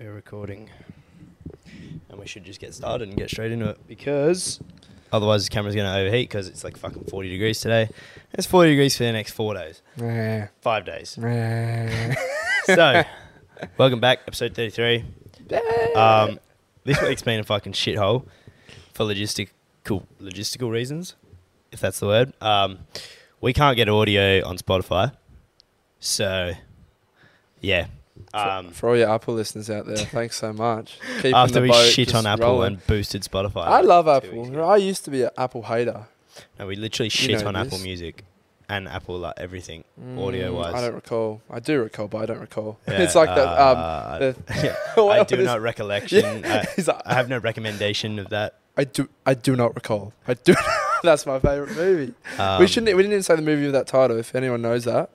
recording. And we should just get started and get straight into it because otherwise the camera's going to overheat because it's like fucking 40 degrees today. It's 40 degrees for the next four days, Yeah. five days. Yeah. so, welcome back, episode 33. Um, this week's been a fucking shithole for logistical logistical reasons, if that's the word. Um, we can't get audio on Spotify, so yeah. um, Um, for, all your Apple listeners out there, thanks so much. Keeping after the we boat shit on just Apple rolling. and boosted Spotify, I love like two Apple. weeks You ago. know, I used to be an Apple hater. No, we literally shit know on Apple this. Music and Apple like everything. Audio Mm, wise. I don't recall. I do recall, but I don't recall. Yeah, it's like that. Um, uh, the- I what do was- not recollection. I, He's like, I have no recommendation of that. I do. I do not recall. I do. That's my favorite movie. Um, we shouldn't. We didn't even say the movie with that title. If anyone knows that,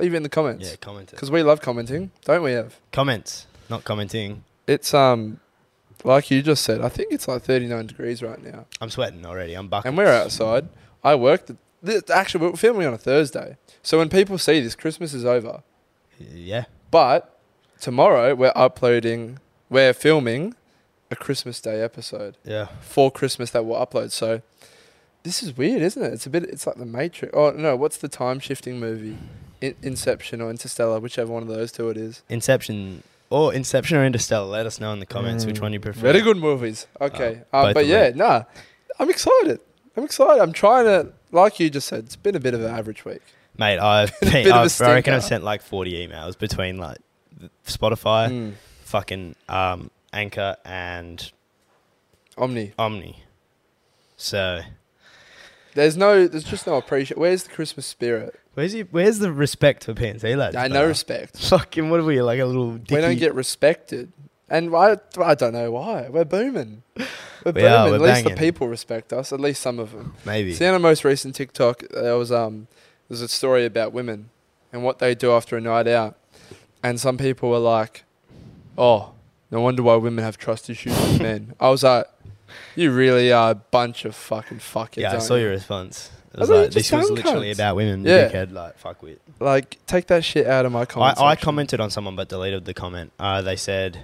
leave it in the Yeah, comments comment it. because we love commenting, don't we? Have Comments, not commenting. it's um, like you just said. I think it's like 39 degrees right now. I'm sweating already. I'm bucking. and we're outside. I worked. This, actually, we're filming on a Thursday, so when people see this, Christmas is over. Yeah. But tomorrow we're uploading, we're filming a Christmas Day episode Yeah. for Christmas that we'll upload. So this is weird, isn't it? It's a bit. It's like the Matrix. Oh no, what's the time shifting movie? In- Inception or Interstellar, whichever one of those two it is. Inception or Inception or Interstellar. Let us know in the comments which Mm. one you prefer. Very good movies. Okay, Uh, um, both but of yeah, nah, I'm excited. I'm excited. I'm trying to, like you just said, it's been a bit of an average week. Mate, I've been, bit of a I've, I reckon I've stinker. sent like 40 emails between like th- Spotify, Mm. fucking um, Anchor, and Omni. Omni. So There's no, there's just no appreciation. Where's the Christmas spirit? where's he, where's the respect for PNC lads? I no brother? respect. Fucking what are we like a little? Dicky? We don't get respected, and I, I don't know why. We're booming. We're We booming. are, we're at least banging. the people respect us. At least some of them. maybe. See on our most recent TikTok, there was um, there's a story about women and what they do after a night out, and some people were like, "Oh, no wonder why women have trust issues with men." I was like, "You really are a bunch of fucking fuckheads." yeah, I aren't saw you? your response. It I was thought you like, just this was done literally cunts. about women. Yeah. dickhead, like fuck with. Like, take that shit out of my comments. I, I section. commented on someone but deleted the comment. Uh, they said,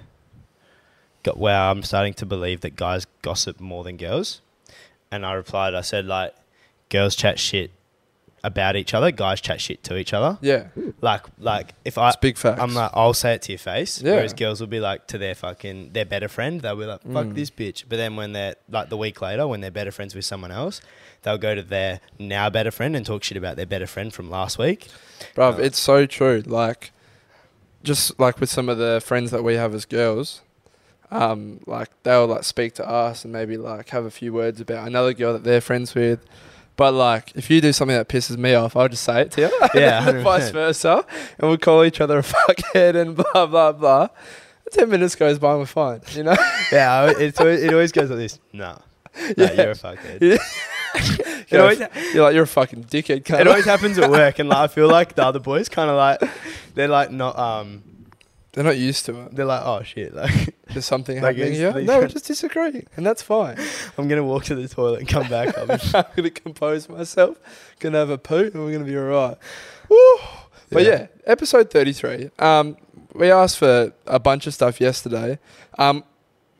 "Go- "Wow, I'm starting to believe that guys gossip more than girls." And I replied, "I said like, girls chat shit about each other. Guys chat shit to each other. Yeah, Like, like if I, it's big facts. I'm like, I'll say it to your face. Yeah. Whereas girls will be like to their fucking their better friend. They'll be like, "Fuck Mm. this bitch." But then when they're like the week later, when they're better friends with someone else, they'll go to their now better friend and talk shit about their better friend from last week. Bruv, No. it's so true. Like, just like with some of the friends that we have as girls, um, like they'll like speak to us and maybe like have a few words about another girl that they're friends with. But like, if you do something that pisses me off, I'll just say it to you. Yeah, And then vice 100%. versa, and we'll call each other a fuckhead and blah blah blah. Ten minutes goes by and we're fine, you know. Yeah, I- it's always, it always goes like this. No, no Yeah. you're a fuckhead. Yeah. It You're, always, like, you're like you're a fucking dickhead. cunt." it always happens at work, and like, I feel like the other boys kind of like they're like not um They're not used to it. they're like oh shit like There's something Like, happening it's- here. like- No, we're just disagreeing, and that's fine. I'm gonna walk to the toilet and come back. I'll be I'm gonna compose myself, gonna have a poo, and we're gonna be alright. Woo! But yeah. episode thirty-three. Um, we asked for a bunch of stuff yesterday. Um,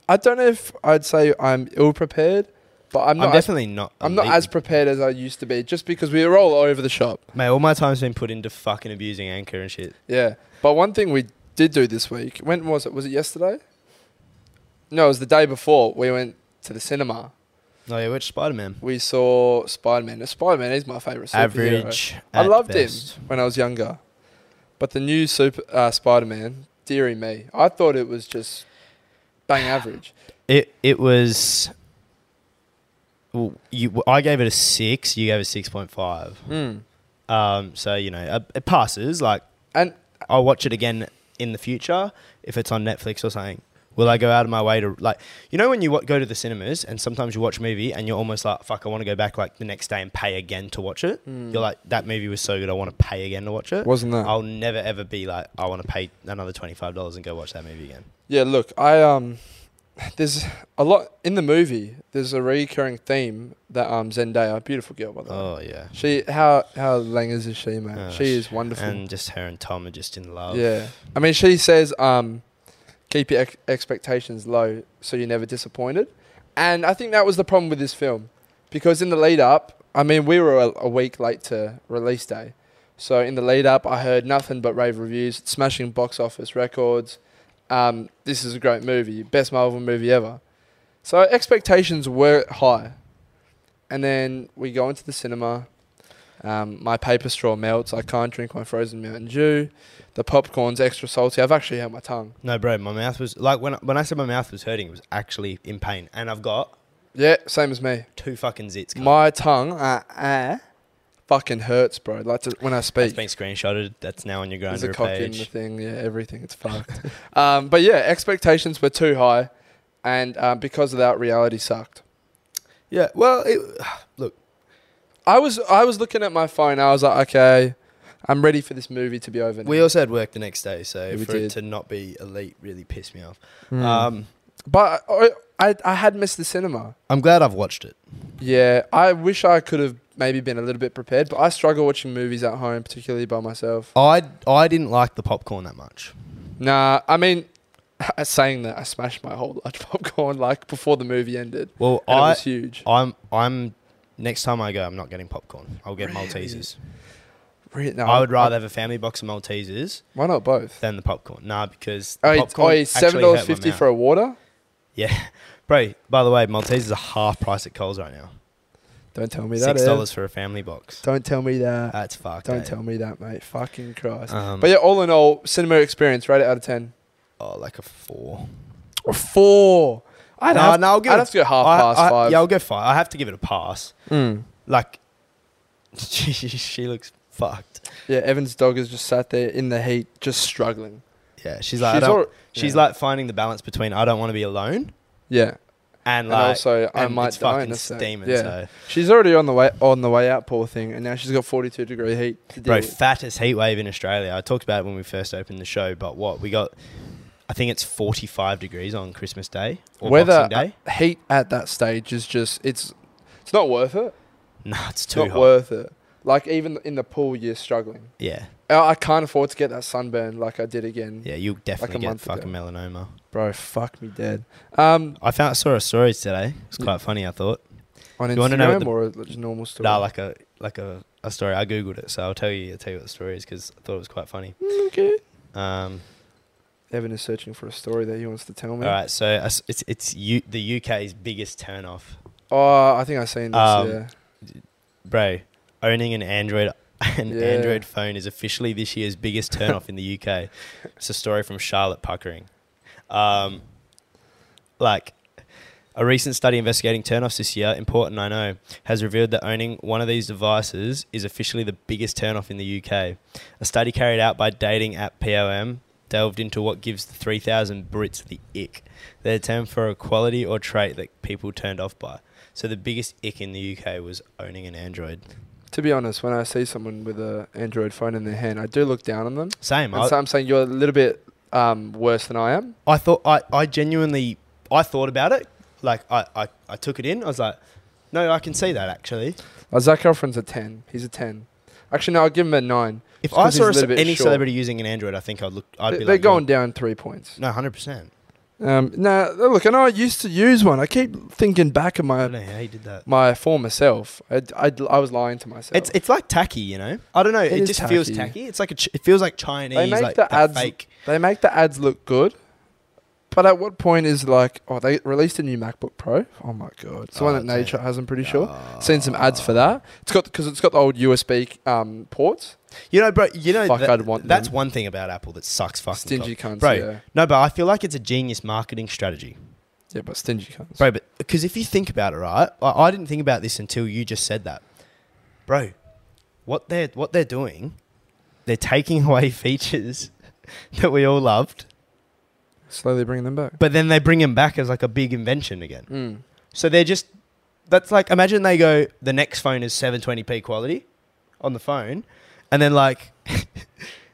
I don't know if I'd say I'm ill prepared, but I'm I'm, not. as, definitely not. I'm not elite. as prepared as I used to be, just because we were all over the shop. mate. All my time's been put into fucking abusing anchor and shit. Yeah. But one thing we did do this week. When was it? Was it yesterday? No, it was the day before. We went to the cinema. No, Oh, yeah, which Spider Man? We saw Spider Man. Spider Man is my favorite. superhero. Average. I at loved best. him when I was younger, but the new Super uh, Spider-Man, dearie me, I thought it was just bang average. It it was. Well, you, I gave it a six. You gave it six point five. Mm. Um, so you know, it- it passes. Like, And- I'll watch it again in the future if it's on Netflix or something. Will I go out of my way to like, you know, when you w- go to the cinemas and sometimes you watch a movie and you're almost like, fuck, I want to go back like the next day and pay again to watch it. Hmm. You're like, that movie was so good, I want to pay again to watch it. Wasn't that? I'll never ever be like, I want to pay another twenty five dollars and go watch that movie again. Yeah, look, I um, there's a lot in the movie. There's a recurring theme that um Zendaya, beautiful girl by the way. Oh yeah, She how how langers is she, man? Oh, she is wonderful. and just her and Tom are just in love. yeah, I mean, she says um, keep your ex- expectations low so you're never disappointed. And I think that was the problem with this film because in the lead up, I mean, we were a, a week late to release day. So in the lead up, I heard nothing but rave reviews, smashing box office records. Um, this is a great movie, best Marvel movie ever. So expectations were high. And then we go into the cinema. Um, my paper straw melts. I can't drink my frozen Mountain Dew. The popcorn's extra salty. I've actually hurt my tongue. No, bro, my mouth was like when when I said my mouth was hurting, it was actually in pain, and I've got Yeah, same as me. two fucking zits. cunt. My tongue, uh, uh, fucking hurts, bro. Like to, when I That's speak, been screenshotted. That's now on your there's a grinder cock in the page. thing. Yeah, everything. It's fucked. um, but yeah, expectations were too high, and um, because of that, reality sucked. Yeah, well, it, look, I was I was looking at my phone. I was like, okay, I'm ready for this movie to be over. Now. we also had work the next day, so We for did. Hmm. it to not be elite really pissed me off. Um, but I, I I had missed the cinema. I'm glad I've watched it. Yeah, I wish I could have maybe been a little bit prepared, but I struggle watching movies at home, particularly by myself. I I didn't like the popcorn that much. Nah, I mean, saying that, I smashed my whole large popcorn like before the movie ended. Well, And it I was huge. I'm I'm next time I go, I'm not getting popcorn. I'll get Really? Maltesers. Re- no, I would rather have a family box of Maltesers Why not both? than the popcorn. Nah, because the Oh, it's- oh, popcorn it's actually seven hurt my dollars fifty mouth. for a water. yeah, bro. By the way, Maltesers are half price at Coles right now. Don't tell me that. Six Ed. dollars for a family box. Don't tell me that. That's fucked. Don't eh? tell me that, mate. Fucking Christ. Um, but yeah, all in all, cinema experience rated out of ten oh, like a four. or four. I'd, Oh, Nah, have, nah, I'll give I'd it- have to go half I- past I- five. Yeah, I'll go five. I have to give it a pass. Mm. Like, she, she looks fucked. Yeah, Evan's dog has just sat there in the heat, just struggling. Yeah, she's like, I She's don't- al- she's yeah. like finding the balance between I don't want to be alone yeah, and and like also I and might it's die in fucking a sec. steaming. Yeah. So, She's already on the way on the way out, poor thing, and now she's got 42 degree heat. To deal bro, with. fattest heat wave in Australia. I talked about it when we first opened the show, but what we got, I think it's 45 degrees on Christmas Day or Weather- Boxing Day. heat at that stage is just it's it's not worth it. Nah, it's It's too not hot. worth it. Like even in the pool, you're struggling. Yeah, I I can't afford to get that sunburn like I did again, yeah, you'll definitely get month ago. fucking melanoma. bro. Fuck me dead. Um, I found saw a story today. It's Mm. quite funny. I thought. on You wanna know what Instagram the- or a just normal story? Nah, like a like a, a story. I googled it, so I'll tell you. I'll tell you what the story is because I thought it was quite funny. Mm, okay. Um, Evan is searching for a story that he wants to tell me. all right, so uh, s- it's it's U, the UK's biggest turn off, Oh, I think I seen this. Um, yeah. bro. Owning an Android an Yeah. Android phone is officially this year's biggest turn off in the UK. It's a story from Charlotte Puckering. Um, like a recent study investigating turnoffs this year, important I know, has revealed that owning one of these devices is officially the biggest turnoff in the UK. A study carried out by dating app POM delved into what gives the 3,000 Brits the ick, their term for a quality or trait that people turned off by. So the biggest ick in the UK was owning an Android. To be honest, when I see someone with a Android phone in their hand, I do look down on them. Same. I, And so I'm saying you're a little bit um, worse than I am. I thought I, I genuinely I thought about it. Like I, I, I took it in. I was like, no, I can see that actually. Uh, Zach Efron's a 10. He's a 10. Actually, no, I'll give him a 9. If It's I 'cause saw he's a little a, bit any short. celebrity using an Android, I think I'd look. I'd They- be They're like, going down three points. No, hundred percent. Um, now, look, I know I used to use one. I keep thinking back of I my don't know how you did that. my former self. I, I, I was lying to myself. It's it's like tacky, you know. I don't know. It, It is just feels tacky. tacky. It's like a, ch- it feels like Chinese. They make like the that ads- fake. they make the ads look good, but at what point is like, oh, they released a new MacBook Pro? Oh my God. It's the one Oh, that damn. Nature has, I'm pretty sure. Ah. Seen some ads for that. It's got because it's got the old USB um, ports. You know, bro. You know, Fuck, that- I'd want that's them. one thing about Apple that sucks. Fucking Stingy cunts. Bro. Yeah. cock. No, but I feel like it's a genius marketing strategy, yeah, but stingy cunts. bro. But because if you think about it, right? I, I didn't think about this until you just said that, bro. What they're what they're doing, they're taking away features that we all loved, Slowly bring them back. but then they bring them back as like a big invention again. Mm. So they're just that's like imagine they go the next phone is 720p quality on the phone, and then like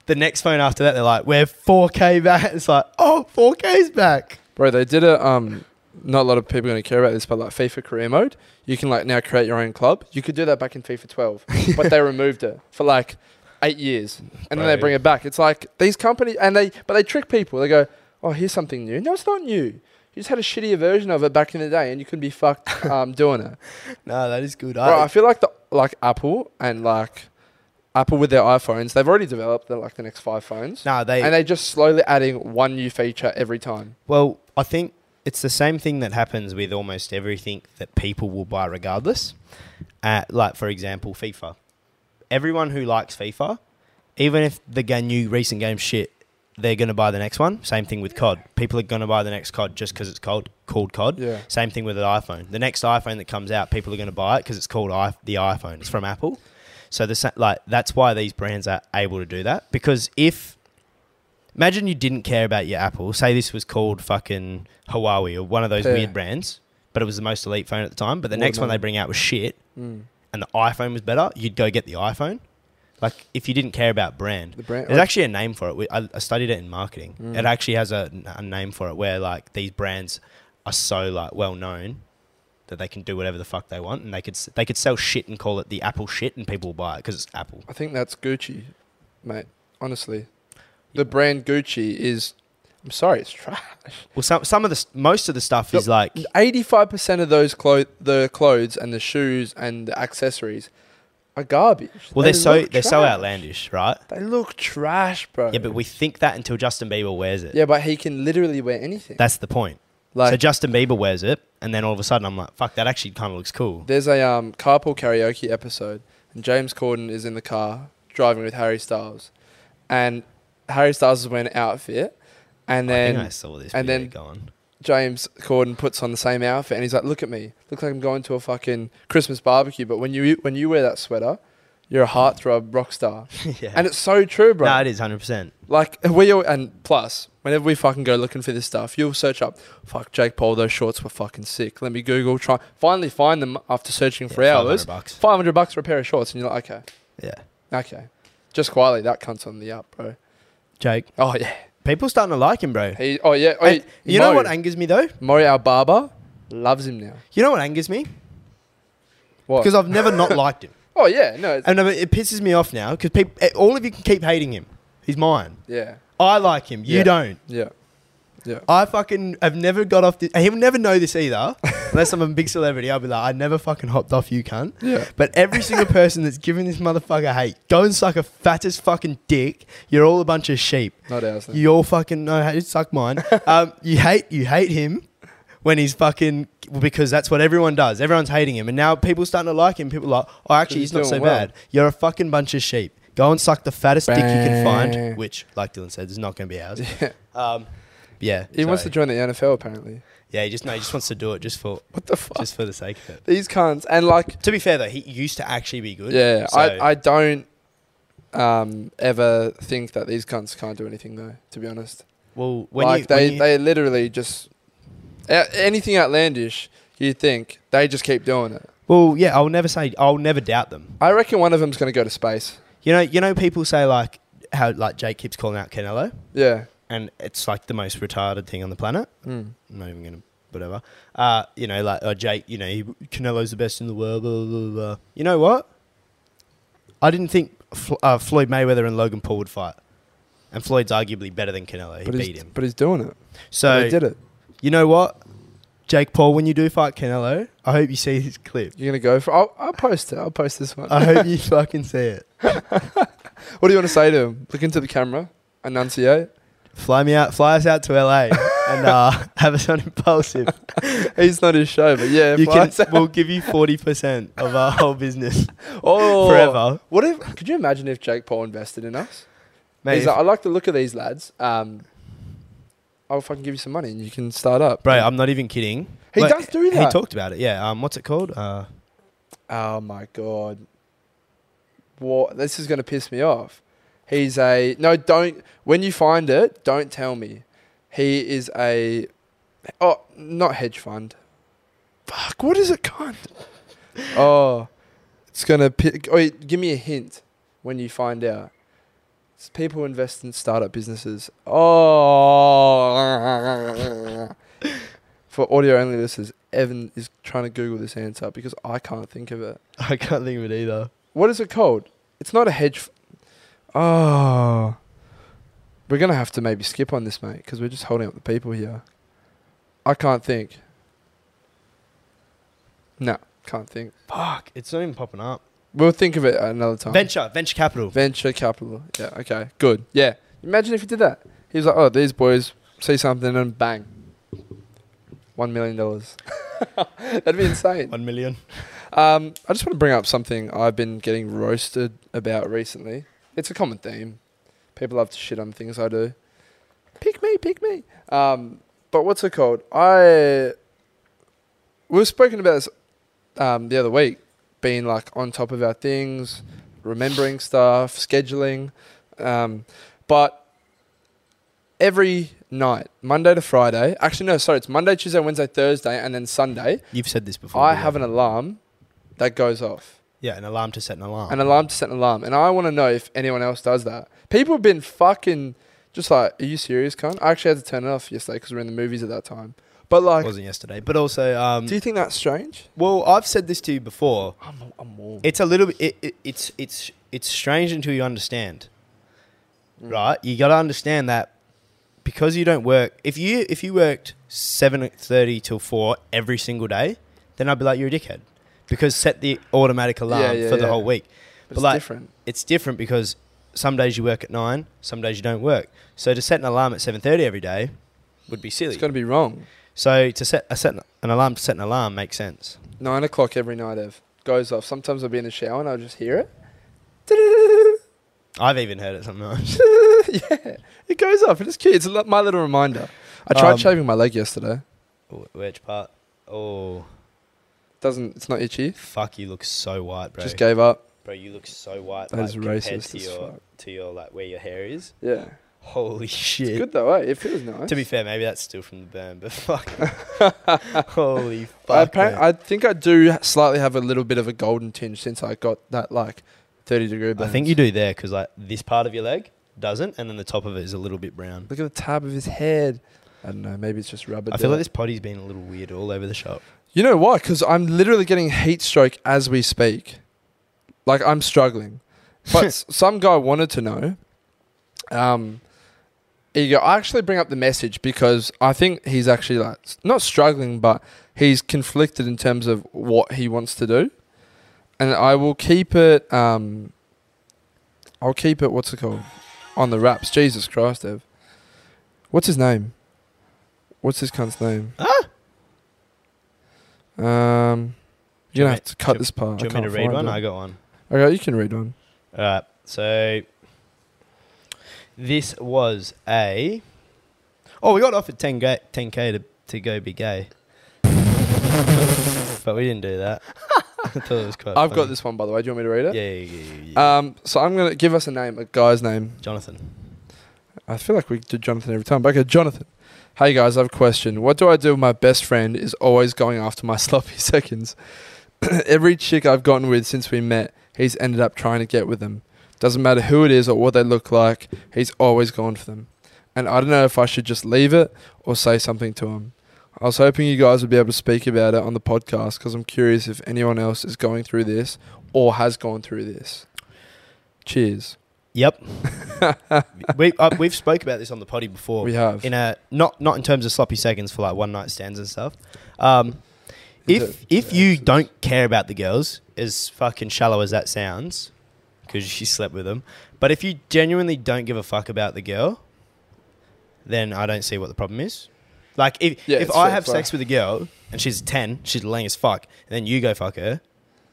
the next phone after that they're like we're 4K back. It's like oh 4K's back. Bro, they did a um. Not a lot of people are going to care about this, but like FIFA career mode, you can like now create your own club. You could do that back in FIFA 12, but they removed it for like eight years, and then they Bro. bring it back. It's like these companies and they, but they trick people. They go, oh, here's something new. No, it's not new. You just had a shittier version of it back in the day, and you could be fucked um, doing it. No, that is good. Bro, I feel like the like Apple and like Apple with their iPhones, they've already developed the, like the next five phones, no, they. and they're just slowly adding one new feature every time. Well, I think it's the same thing that happens with almost everything that people will buy, regardless. Uh, like, for example, FIFA. Everyone who likes FIFA, even if the ga- new recent game shit, they're going to buy the next one. Same thing with COD. People are going to buy the next COD just because it's called, called COD. Yeah. Same thing with an iPhone. The next iPhone that comes out, people are going to buy it because it's called I- the iPhone. It's from Apple. So the sa- like that's why these brands are able to do that because if imagine you didn't care about your Apple, say this was called fucking Huawei or one of those Yeah. weird brands, but it was the most elite phone at the time, but the next one they Watermelon. bring out was shit Mm. and the iPhone was better, you'd go get the iPhone. Like if you didn't care about brand. The brand. There's actually a name for it. We, I, I studied it in marketing. Mm. It actually has a, a name for it where like these brands are so like well known that they can do whatever the fuck they want, and they could s- they could sell shit and call it the Apple shit, and people will buy it because it's Apple. I think that's Gucci, mate. Honestly, the brand Gucci is. I'm sorry, it's trash. Well, some some of the s- most of the stuff is Yep. like Eighty-five percent of those clothes, the clothes and the shoes and the accessories, are garbage. well they're They so look they're so trash. outlandish, right? They look trash, bro. Yeah, but we think that until Justin Bieber wears it. yeah, but he can literally wear anything. That's the point. like, so Justin Bieber wears it, and then all of a sudden I'm like, fuck, that actually kind of looks cool. There's a um, carpool karaoke episode, and James Corden is in the car driving with Harry Styles, and Harry Styles is wearing an outfit, and I then think I saw this. and video then- going. James Corden puts on the same outfit, and he's like, "Look at me, looks like I'm going to a fucking Christmas barbecue." But when you when you wear that sweater, you're a heartthrob rock star, yeah. and it's so true, bro. No, it is hundred percent. Like we all, and plus, whenever we fucking go looking for this stuff, you'll search up, "Fuck Jake Paul, those shorts were fucking sick." Let me Google, try finally find them after searching for hours. bucks. Five hundred bucks for a pair of shorts, and you're like, okay, Yeah, okay, just quietly, that cunt's on the up, bro. Jake. Oh yeah, People starting to like him, bro. he, oh yeah, oh, And you know Mo. what angers me though? Maury, our barber, loves him now. You know what angers me? What? Because I've never not liked him, oh yeah, no, it's, and I mean, it pisses me off now. Because people, all of you can keep hating him. He's mine. yeah, I like him. You Yeah. don't. yeah, yeah. I fucking have never got off. This, and he'll never know this either, unless I'm a big celebrity. I'll be like, I never fucking hopped off you, cunt. Yeah. But every single person that's giving this motherfucker hate, go and suck a fattest fucking dick. You're all a bunch of sheep. Not ours. Then. You all fucking know how to suck mine. Um, you hate you hate him when he's fucking because that's what everyone does. Everyone's hating him, and now people starting to like him. People are like, oh, actually, He's he's not so doing well. bad. You're a fucking bunch of sheep. Go and suck the fattest dick you can Bang. find, which, like Dylan said, is not going to be ours. Yeah. Um, yeah, He wants to sorry. join the NFL apparently. yeah, he just no, he just wants to do it just for What the fuck? just for the sake of it. These cunts and like, To be fair though, he used to actually be good. yeah, so- I I don't um ever think that these cunts can't do anything though. To be honest. well, when like you, they, when you- they literally just a- anything outlandish you think they just keep doing it. well, yeah, I'll never say I'll never doubt them. I reckon one of them's going to go to space. You know, you know, people say like how like Jake keeps calling out Canelo, Yeah. and it's like the most retarded thing on the planet. Mm. I'm not even gonna whatever. Uh, you know, like oh, Jake, you know, he, Canelo's the best in the world. Blah, blah, blah, blah. You know what? I didn't think Fl- uh, Floyd Mayweather and Logan Paul would fight, and Floyd's arguably better than Canelo. He But beat he's, him. but he's doing it. So So they did it. you know what, Jake Paul, when you do fight Canelo, I hope you see his clip. You're going to go for I'll, I'll post it. I'll post this one. I hope you fucking see it. what do you want to say to him? Look into the camera. Enunciate. Fly me out, fly us out to LA, and uh, have us on impulsive. He's not his show, but yeah. you if I can, say- we'll give you 40% of our whole business oh, forever. What if? Could you imagine if Jake Paul invested in us? Mate, he's like, I like the look of these lads. Um, I'll fucking give you some money and you can start up, bro, I'm not even kidding. He Like, does do that. He talked about it, yeah. Um, what's it called? Uh, Oh my god. What this is gonna piss me off. He's a no, don't when you find it, don't tell me. He is a oh not hedge fund. Fuck, what is it cunt? oh it's gonna pi- oh, give me a hint when you find out. It's people who invest in startup businesses. Oh For audio only listeners, Evan is trying to Google this answer because I can't think of it. I can't think of it either. What is it called? It's not a hedge. F- oh, Ah. We're gonna have to maybe skip on this, mate, because we're just holding up the people here. I can't think. No, can't think. Fuck, it's not even popping up. We'll think of it at another time. Venture, venture capital. Venture capital. Yeah. Okay. Good. Yeah. Imagine if you did that. He was like, "Oh, these boys see something and bang, one million dollars." That'd be insane. One million. Um, I just want to bring up something I've been getting roasted about recently. It's a common theme. People love to shit on things I do. Pick me, pick me. Um, but what's it called? I we were spoken about this um, the other week, being like on top of our things, remembering stuff, scheduling. Um, but every night, Monday to Friday, actually no, sorry, it's Monday, Tuesday, Wednesday, Thursday, and then Sunday. You've said this before. I yeah. have an alarm that goes off. Yeah, an alarm to set an alarm. An alarm to set an alarm. And I want to know if anyone else does that. People have been fucking just like, are you serious, cunt? I actually had to turn it off yesterday because we were in the movies at that time. But like, wasn't yesterday, but also, um, do you think that's strange? well, I've said this to you before. I'm, I'm warm. It's a little bit. It, it, it's it's it's strange until you understand, Mm. right? You got to understand that because you don't work. If you if you worked seven thirty till four every single day, then I'd be like you're a dickhead because set the automatic alarm Yeah, yeah, for the yeah. whole week. But like- it's different. It's different because some days you work at nine, some days you don't work. So to set an alarm at seven thirty every day would be silly. It's going to be wrong. so to set a set an alarm to set an alarm makes sense. Nine o'clock every night, Ev. Goes off. Sometimes I'll be in the shower and I'll just hear it. I've even heard it sometimes. yeah, it goes off. It's cute. It's li- my little reminder. I tried Um, shaving my leg yesterday. Wh- Which part? Oh. Doesn't it's not itchy. Fuck, you look so white, bro. Just gave up. bro, you look so white. That like, is compared racist to as your fuck. to your like where your hair is. Yeah. Holy shit. Good though, eh? It feels nice. To be fair, maybe that's still from the burn, but fuck. Holy I, fuck. apparent, man. I think I do slightly have a little bit of a golden tinge since I got that like 30 degree I, burn. think you do there because like this part of your leg doesn't, and then the top of it is a little bit brown. Look at the tab of his head. I don't know. Maybe it's just rubber. I feel dirt. like this potty's been a little weird all over the shop. You know why? Because I'm literally getting heat stroke as we speak. Like I'm struggling. But s- some guy wanted to know. Um, here you go. I actually bring up the message because I think he's actually like s- not struggling, but he's conflicted in terms of what he wants to do. And I will keep it. Um, I'll keep it. What's it called? On the wraps. Jesus Christ, Ev. What's his name? What's this cunt's name? Um, Do you you're gonna want have to cut this part. Do you I want me to can't read one? find it. I got one. Okay, you can read one. All right. So this was a. Oh, we got offered 10 ga- 10k to, to go be gay. but we didn't do that. I thought it was quite I've got funny. this one by the way. Do you want me to read it? Yeah, yeah, yeah, yeah, Uh, yeah. Um, so I'm gonna give us a name, a guy's name. Jonathan. I feel like we do Jonathan every time. But okay, Jonathan. Hey guys, I have a question. What do I do when my best friend is always going after my sloppy seconds? Every chick I've gotten with since we met, he's ended up trying to get with them. Doesn't matter who it is or what they look like, he's always gone for them. And I don't know if I should just leave it or say something to him. I was hoping you guys would be able to speak about it on the podcast because I'm curious if anyone else is going through this or has gone through this. Cheers. Yep. we uh, we've spoke about this on the potty before. We have. in a not not in terms of sloppy seconds for like one night stands and stuff. Um, Is if it- if yeah, you it's- don't care about the girls, as fucking shallow as that sounds, because you slept with them, but if you genuinely don't give a fuck about the girl, then I don't see what the problem is. Like if Yeah, if it's I fair have play. sex with a girl and she's ten, she's lame as fuck, and then you go fuck her,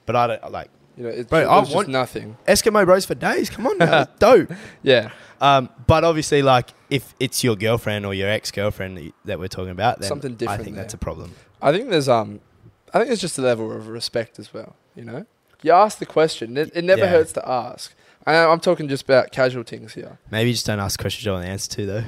but I don't like You know, it's, Bro, it I was just want- nothing. Eskimo bros for days. Come on, now, it's dope. Yeah. Um, but obviously, like if it's your girlfriend or your ex girlfriend that, you- that we're talking about, then Something I different think that's a there. problem. I think there's um, I think there's just a level of respect as well. You know, you ask the question. It, it never Yeah. hurts to ask. I, I'm talking just about casual things here. Maybe you just don't ask questions you don't want the answer to, though.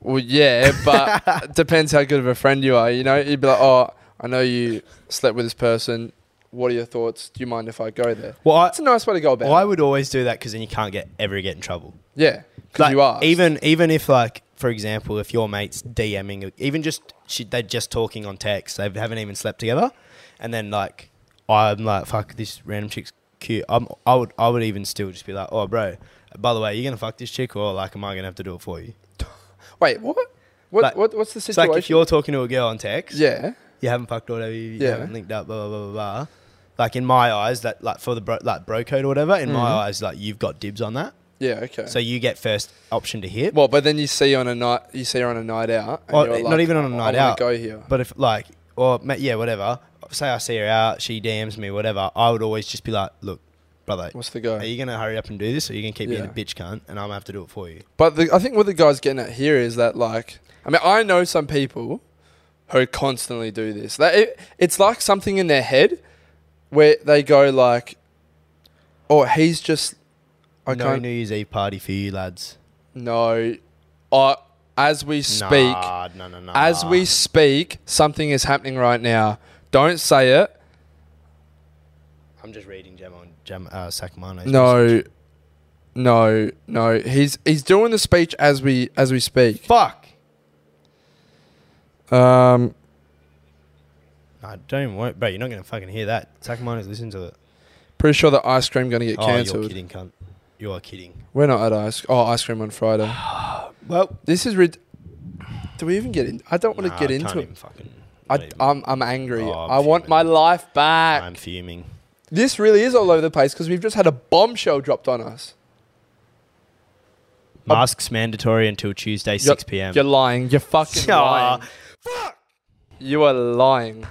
Well, yeah, but it depends how good of a friend you are. You know, you'd be like, oh, I know you slept with this person. What are your thoughts? Do you mind if I go there? Well, I, That's a nice way to go about. I it. would always do that because then you can't get ever get in trouble. Yeah, 'cause Like, you are even even if like for example, if your mates DMing, even just she, they're just talking on text, they haven't even slept together, and then like I'm like fuck this random chick's cute. I'm I would I would even still just be like, oh bro, by the way, are you gonna fuck this chick or like am I gonna have to do it for you? Wait, what? What, Like- what? What's the It's like if situation? you're talking to a girl on text, yeah. you haven't fucked or whatever, you Yeah. haven't linked up, blah blah blah blah. blah. Like in my eyes, that like for the bro, like bro code or whatever, in my Mhm. eyes, like you've got dibs on that, Yeah. Okay. so you get first option to hit. well, but then you see on a night, you see her on a night out. And Well, you're not like, even on a "I night wanna out." Go here. But if like, or ma- yeah, whatever. Say I see her out, she DMs me, whatever. I would always just be like, look, brother, What's the go? are you gonna hurry up and do this, or you gonna keep being a Yeah. bitch cunt, and I'm gonna have to do it for you? But the, I think what the guy's getting at here is that, like, I mean, I know some people who constantly do this. They, it, it's like something in their head where they go, like, oh, he's just, I no can't, New Year's Eve party for you lads. no. I, as we speak, Nah, no, no, no. as we speak, something is happening right now. Don't say it. I'm just reading Gemma on Gem uh, Sakamano's No, message. no, no. He's he's doing the speech as we as we speak. Fuck. Um, I don't even want, bro. You're not gonna fucking hear that. Sakamano's listening to it. pretty sure the ice cream gonna get oh, you're cancelled. kidding, cunt. You are kidding. We're not at ice. Oh, ice cream on Friday. Well, This is rid. Do we even get in? I don't want to get I into can't it. even fucking. not I, even- I'm I'm angry. Oh, I'm I want my fuming. life back. I'm fuming. This really is all over the place because we've just had a bombshell dropped on us. Masks mandatory until Tuesday, You're- 6 p.m. You're lying. You're fucking Aw. lying. You are lying.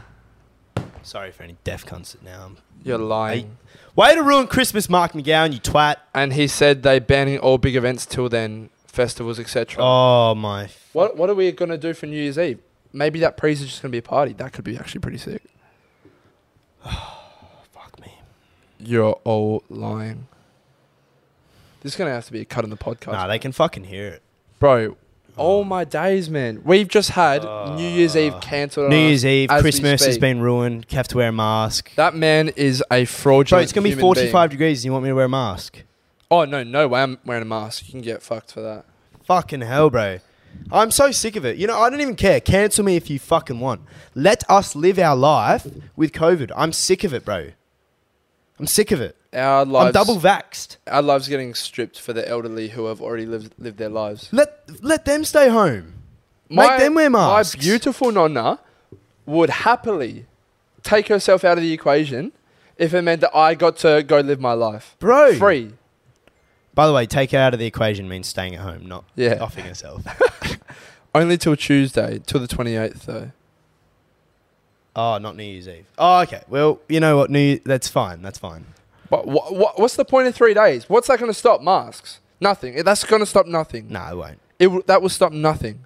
Sorry for any deaf concert now. You're lying. Way to ruin Christmas, Mark McGowan, you twat. And he said they banning all big events till then, festivals, etc. Oh, my. What What are we gonna do for New Year's Eve? Maybe that prees is just gonna be a party. That could be actually pretty sick. Fuck me. You're all lying. This is gonna have to be a cut in the podcast, Nah, they can fucking hear it. bro. All my days, man. We've just had New Year's Eve Uh, cancelled. on New us Year's Eve, as we Christmas has speak. been ruined. Have to wear a mask. That man is a fraudulent. Bro, it's going to be human being. 45 degrees and you want me to wear a mask? Oh no, no way! I'm wearing a mask. You can get fucked for that. Fucking hell, bro. I'm so sick of it. You know, I don't even care. Cancel me if you fucking want. Let us live our life with COVID. I'm sick of it, bro. I'm sick of it. Our lives. I'm double vaxxed. Our lives getting stripped for the elderly who have already lived lived their lives. Let, let them stay home. Make them wear masks. My beautiful nonna would happily take herself out of the equation if it meant that I got to go live my life. Bro. Free. By the way, take her out of the equation means staying at home, not Yeah. offing herself. Only till Tuesday, till the 28th, though. oh, not New Year's Eve. Oh, okay. Well, you know what? New Year- that's fine. That's fine. But wha wha- what's the point of three days? What's that going to stop? Masks? Nothing. It- That's going to stop nothing. No, it won't. It w- that will stop nothing.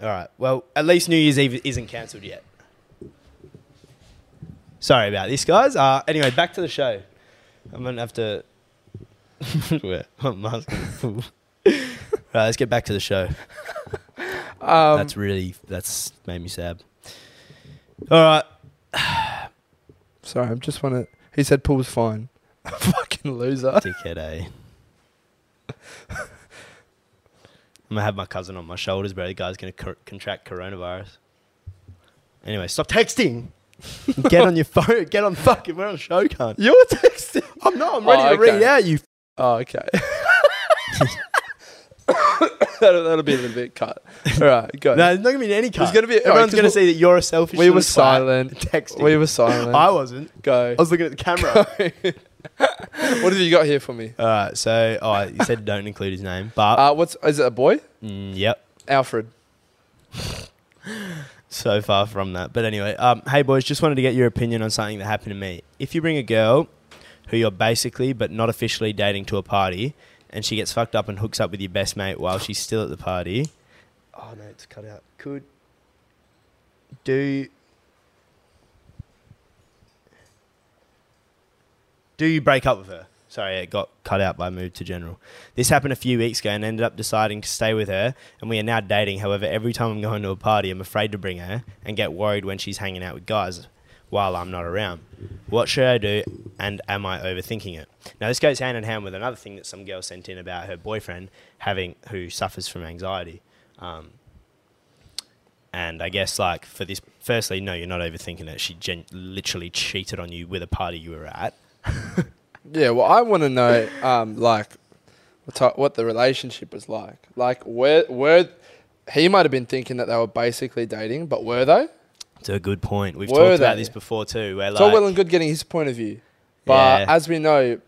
All right. Well, at least New Year's Eve isn't cancelled yet. Sorry about this, guys. Uh, anyway, back to the show. I'm gonna have to wear my mask. right, let's get back to the show. Um, that's really that's made me sad. All right. sorry, I just want to. He said Paul's fine. Fucking loser. Dickhead, eh? I'm gonna have my cousin on my shoulders, bro. The guy's gonna cor- contract coronavirus. Anyway, stop texting. get on your phone. Get on fucking. We're on show, cunt. You're texting. I'm not. I'm Oh, ready to read okay. out. You. f- Oh, okay. that'll, that'll be a little bit cut. All right, go. No, there's not gonna be any cunt. There's gonna be- Everyone's alright, gonna just- say that you're a selfish. we were little twat silent. Texting. We were silent. I wasn't. go. I was looking at the camera. what have you got here for me? All right. So, all right. You said don't include his name, but Uh, what's is it a boy? mm, yep. Alfred. So far from that. But anyway, um, hey boys, just wanted to get your opinion on something that happened to me. If you bring a girl who you're basically but not officially dating to a party and she gets fucked up and hooks up with your best mate while she's still at the party. Oh no, it's cut out. Could do Do you break up with her? Sorry, it got cut out by move to general. This happened a few weeks ago and ended up deciding to stay with her, and we are now dating. However, every time I'm going to a party, I'm afraid to bring her and get worried when she's hanging out with guys while I'm not around. What should I do, and am I overthinking it? Now, this goes hand in hand with another thing that some girl sent in about her boyfriend having who suffers from anxiety. Um, and I guess, like, for this, firstly, no, you're not overthinking it. She gen- literally cheated on you with a party you were at Yeah, well, I want to know, um, like, what, type, what the relationship was like. Like, where were he might have been thinking that they were basically dating, but were they? It's a good point. We've Were talked about they? this before too. Where it's all like, well and good getting his point of view, but Yeah. as we know,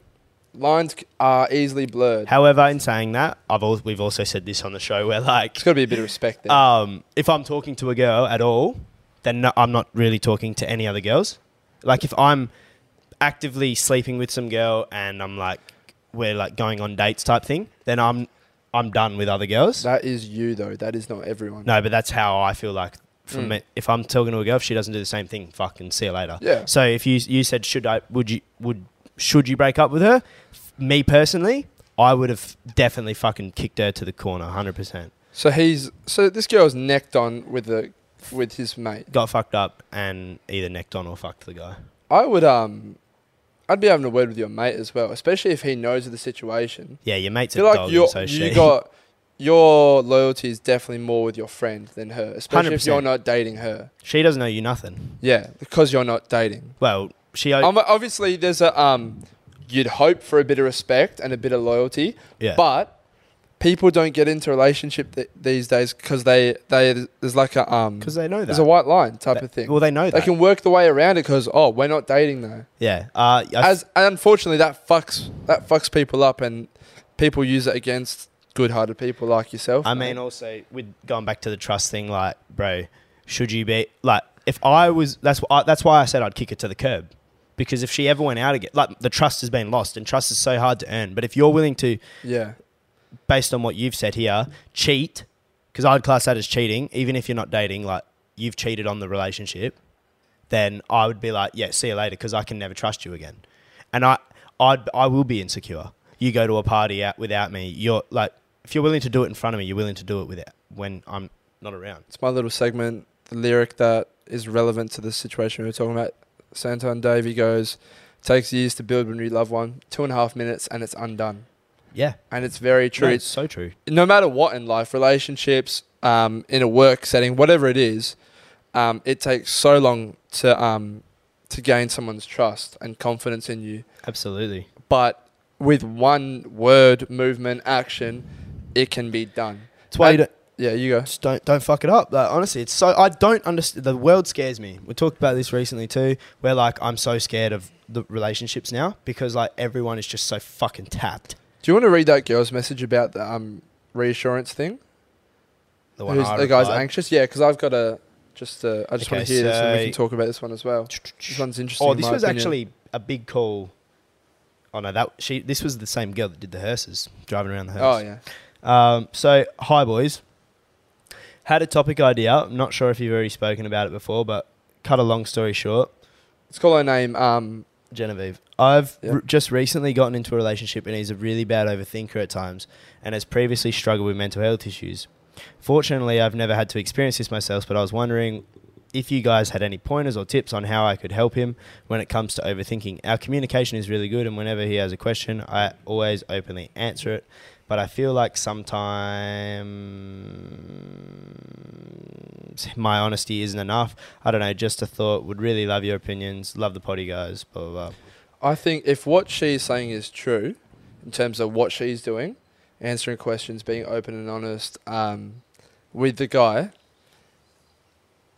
lines c- are easily blurred. however, in saying that, I've al- we've also said this on the show where like, It's got to be a bit of respect there. um, if I'm talking to a girl at all, then no, I'm not really talking to any other girls. Like if I'm actively sleeping with some girl and I'm like, we're like going on dates type thing, then I'm I'm done with other girls. that is you though. That is not everyone. No, but that's how I feel like. From Mm. me, if I'm talking to a girl, if she doesn't do the same thing, fucking see you later. Yeah. So if you you said should I would you would should you break up with her? F- Me personally, I would have definitely fucking kicked her to the corner, hundred percent. So he's so this girl's necked on with the with his mate. Got fucked up and either necked on or fucked the guy. I would um, I'd be having a word with your mate as well, especially if he knows of the situation. Yeah, your mate's I a feel like dog, you and so she. you got your loyalty is definitely more with your friend than her, especially if 100%. you're not dating her. she doesn't know you nothing. Yeah, because you're not dating. Well, she Um, obviously, there's a um, you'd hope for a bit of respect and a bit of loyalty, yeah. but people don't get into relationship th- these days because they they there's like a um because they know that there's a white line type That- of thing. Well, they know They that. can work the way around it because oh, we're not dating though. yeah. Uh, I As and unfortunately, that fucks that fucks people up, and people use it against good-hearted people like yourself. I mate. mean, also with going back to the trust thing, like, bro, should you be like, if I was, that's why, I, that's why I said I'd kick it to the curb, because if she ever went out again, like, the trust has been lost, and trust is so hard to earn. But if you're willing to, yeah, based on what you've said here, cheat, because I'd class that as cheating, even if you're not dating, like, you've cheated on the relationship, then I would be like, yeah, see you later, because I can never trust you again, and I, I'd, I will be insecure. You go to a party out without me, you're like if you're willing to do it in front of me, you're willing to do it without when I'm not around. it's my little segment. The lyric that is relevant to the situation we were talking about. Santon Davy goes, "Takes years to build when you love one. Two and a half minutes, and it's undone." Yeah, And it's very true. true. It's it's so true. no matter what in life, relationships, um, in a work setting, whatever it is, um, it takes so long to um, to gain someone's trust and confidence in you. Absolutely. But with one word, movement, action, it can be done. That's why you And- don't, Yeah, you go. just don't don't fuck it up. Like honestly, it's so I don't understand. The world scares me. We talked about this recently too, where like I'm so scared of the relationships now because like everyone is just so fucking tapped. Do you want to read that girl's message about the um, reassurance thing? The one Who's- I the guy's replied. anxious. Yeah, because I've got a just. uh, I just want to Okay, hear this, and we so- can talk about this one as well. This one's interesting. Oh, in this my was opinion. actually a big call. Oh no, that she. This was the same girl that did the hearses driving around the hearse. Oh yeah. Um, so, hi, boys. Had a topic idea. I'm not sure if you've already spoken about it before, but cut a long story short, Let's call her name. Um, Genevieve. I've Yeah. r- just recently gotten into a relationship and he's a really bad overthinker at times and has previously struggled with mental health issues. Fortunately, I've never had to experience this myself, but I was wondering if you guys had any pointers or tips on how I could help him when it comes to overthinking. Our communication is really good, and whenever he has a question, I always openly answer it. But I feel like sometimes my honesty isn't enough. I don't know, just a thought. Would really love your opinions. Love the potty guys, blah, blah, blah. I think if what she's saying is true, in terms of what she's doing, answering questions, being open and honest, um, with the guy,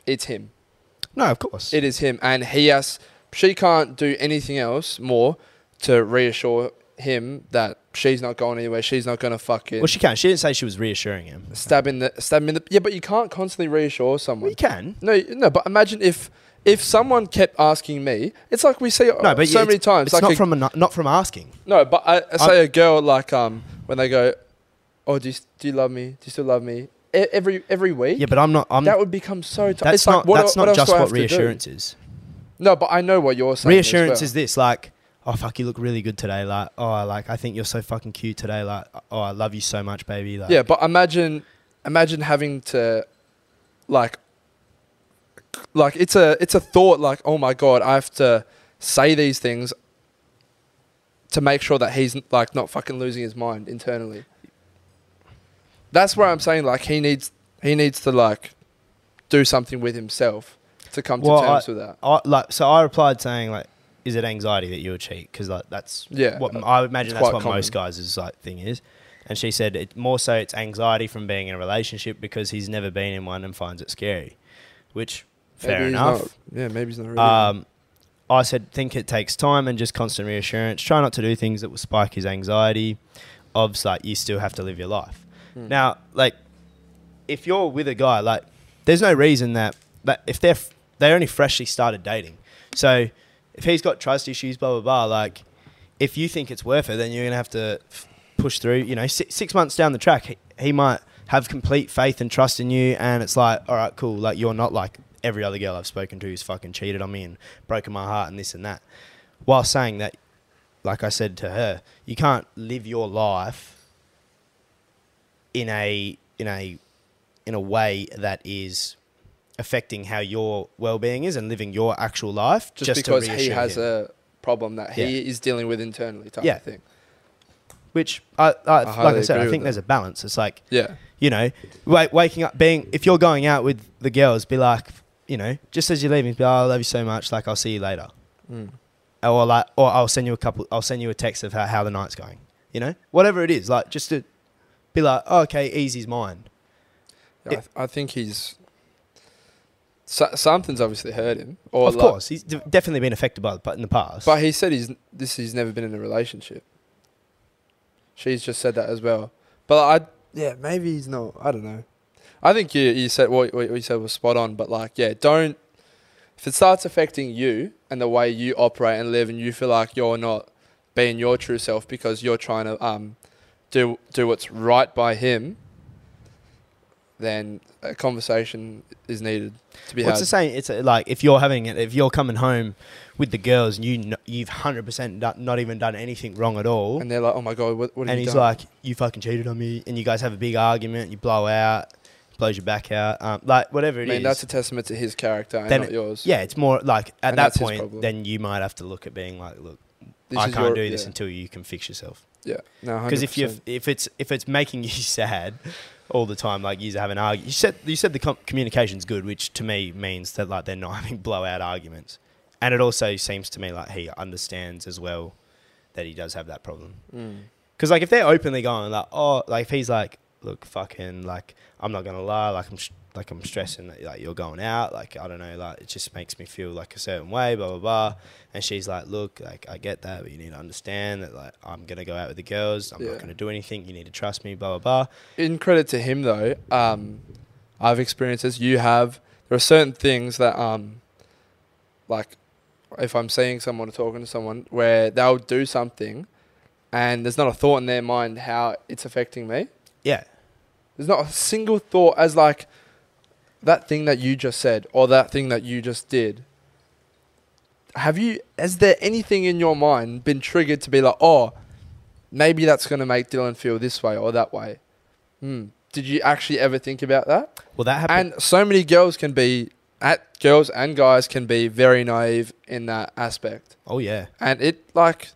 it's him. No, of course. It is him, and he has. She can't do anything else more to reassure him that she's not going anywhere. She's not going to fucking Well, she can. She didn't say she was reassuring him. stab in the stab him in the. Yeah, but you can't constantly reassure Well, someone. you can. No, no. But imagine if if someone kept asking me, it's like we see no, but so yeah, many times. It's like not a- from a, not from asking. No, but I, I say a girl like um when they go, oh, do you, s- do you love me? Do you still love me? E- every every week. Yeah, but I'm not. I'm. that would become so. T- that's it's not. Like, what, that's el- not else just do I what have to do? reassurance is. No, but I know what you're saying. as Reassurance well. is this like. Oh fuck! You look really good today. Like, oh, like I think you're so fucking cute today. Like, oh, I love you so much, baby. Like, yeah, but imagine, imagine having to, like, like it's a it's a thought like oh my god I have to say these things to make sure that he's like not fucking losing his mind internally. That's where I'm saying like he needs he needs to like do something with himself to come Well, to terms with that. I, like so I replied saying like is it anxiety that you would cheat? Because like that's Yeah, what I would imagine it's that's quite what common. most guys' like thing is. And she said it more so it's anxiety from being in a relationship because he's never been in one and finds it scary, which fair Maybe he's enough. not- yeah, maybe he's not really. Um, I said, think it takes time and just constant reassurance. Try not to do things that will spike his anxiety. Obviously, like, you still have to live your life. Hmm. Now, like, if you're with a guy, like, there's no reason that, that if they're f- they only freshly started dating, so if he's got trust issues, blah blah blah, like, if you think it's worth it, then you're gonna have to f- push through. You know, six, six months down the track, he, he might have complete faith and trust in you, and it's like, all right, cool, like you're not like every other girl I've spoken to who's fucking cheated on me and broken my heart and this and that. While saying that, like I said to her, you can't live your life in a in a in a way that is affecting how your well-being is and living your actual life just, just, because to he reassure has him. a problem that he is dealing with internally type Yeah. of thing. which I, I, like I highly said, I agree with think there's that. a balance. It's like Yeah. you know, wa- waking up, being if you're going out with the girls, be like, you know, just as you're leaving, be like, oh, I love you so much, like I'll see you later, Mm. or like, or I'll send you a couple, I'll send you a text of how, how the night's going, you know, whatever it is, like just to be like, oh, okay, ease his mind. Yeah, I, It- th- I think he's so, something's obviously hurt him. Or of like- course, he's d- definitely been affected by it, but in the past, but he said he's this. He's never been in a relationship. She's just said that as well. But I yeah maybe he's not. I don't know. I think you you said what, what you said was spot on. But like yeah, don't if it starts affecting you and the way you operate and live, and you feel like you're not being your true self because you're trying to um do do what's right by him, then a conversation is needed to be What's the had. same? It's uh, like if you're having it, if you're coming home with the girls and you kn- you've hundred percent not even done anything wrong at all, And they're like, oh my god, what, what have and you he's done? like, "You fucking cheated on me," and you guys have a big argument. You blow out, blows your back out, um, like whatever I it is. mean, that's a testament to his character and Then not it- yours. yeah, it's more like at And that that's his point, problem. then you might have to look at being like, "Look, This I is can't your- do this yeah. until you can fix yourself." Yeah, no, Because if you 100%. if it's if it's making you sad all the time, like you have an argument, you said you said the com- communication's good, which to me means that like they're not having blowout arguments, and it also seems to me like he understands as well that he does have that problem. Mm. Because like if they're openly going like oh like if he's like look fucking like I'm not gonna lie like I'm sh- like I'm stressing that like you're going out like I don't know like it just makes me feel like a certain way blah blah blah and she's like look like I get that but you need to understand that like I'm gonna go out with the girls I'm Yeah. not gonna do anything you need to trust me blah blah blah in credit to him though, um, I've experienced this. You have. There are certain things that, um, like, if I'm seeing someone or talking to someone, where they'll do something, and there's not a thought in their mind how it's affecting me. yeah There's not a single thought as like that thing that you just said or that thing that you just did. Have you? Has there anything in your mind been triggered to be like, oh, maybe that's going to make Dylan feel this way or that way? Hmm. Did you actually ever think about that? well that happened And so many girls can be at girls and guys can be very naive in that aspect, oh yeah and it like.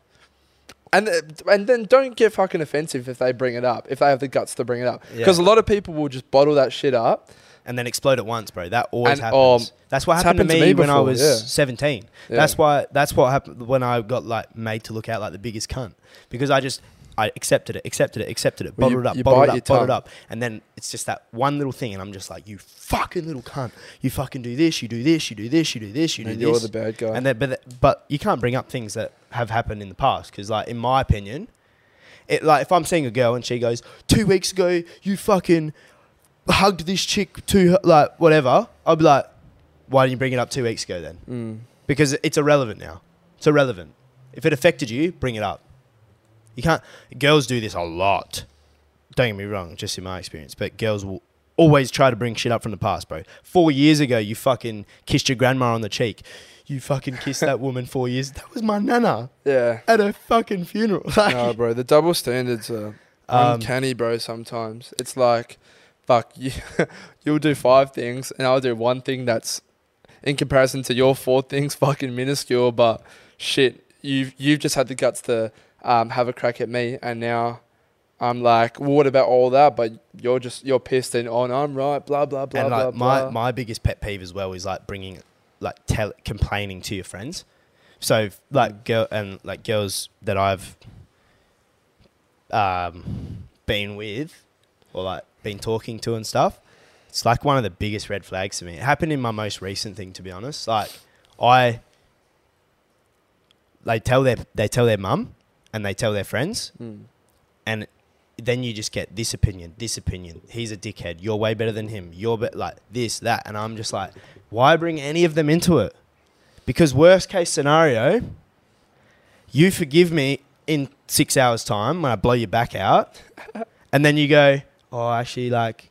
And, uh, and then don't get fucking offensive if they bring it up, if they have the guts to bring it up. Yeah. Because a lot of people will just bottle that shit up. and then explode at once bro that always And, um, happens that's what it's happened, to me, when I before, was yeah. 17 Yeah. That's why. That's what happened when I got like made to look out like the biggest cunt because I just I accepted it, accepted it, accepted it, Well, you- bottled it you up, bottled it bite your up, bottled it tongue. up, and then it's just that one little thing, and I'm just like, you fucking little cunt, you fucking do this, you do this, you do this, you do this, you do and this, you're the bad guy. and then but th- but you can't bring up things that have happened in the past because like in my opinion, it like if I'm seeing a girl and she goes two weeks ago you fucking hugged this chick to her, like whatever, I'll be like, why didn't you bring it up two weeks ago then? Mm. because it's irrelevant now. It's irrelevant. If it affected you, bring it up. You can't. Girls do this a lot. Don't get me wrong, just in my experience, but girls will always try to bring shit up from the past, bro. Four years ago, you fucking kissed your grandma on the cheek. You fucking kissed that woman four years. That was my nana Yeah. at her fucking funeral. Like, No, bro. The double standards are um, uncanny, bro. Sometimes it's like, fuck you. you'll do five things, and I'll do one thing that's, in comparison to your four things, fucking minuscule. But shit, you've you've just had the guts to um, have a crack at me, and now. I'm like, well, what about all that? But you're just you're pissed and on. I'm right, blah blah blah and like blah my blah. my biggest pet peeve as well is like bringing, like tell, complaining to your friends. So Mm. like girl and like girls that I've um, been with or like been talking to and stuff, it's like one of the biggest red flags to me. It happened in my most recent thing, to be honest. Like I, they tell their they tell their mum and they tell their friends, Mm. and then you just get this opinion, this opinion. He's a dickhead. You're way better than him. You're be- like this, that, and I'm just like, why bring any of them into it? Because worst case scenario, you forgive me in six hours time when I blow your back out, and then you go, oh, actually, like,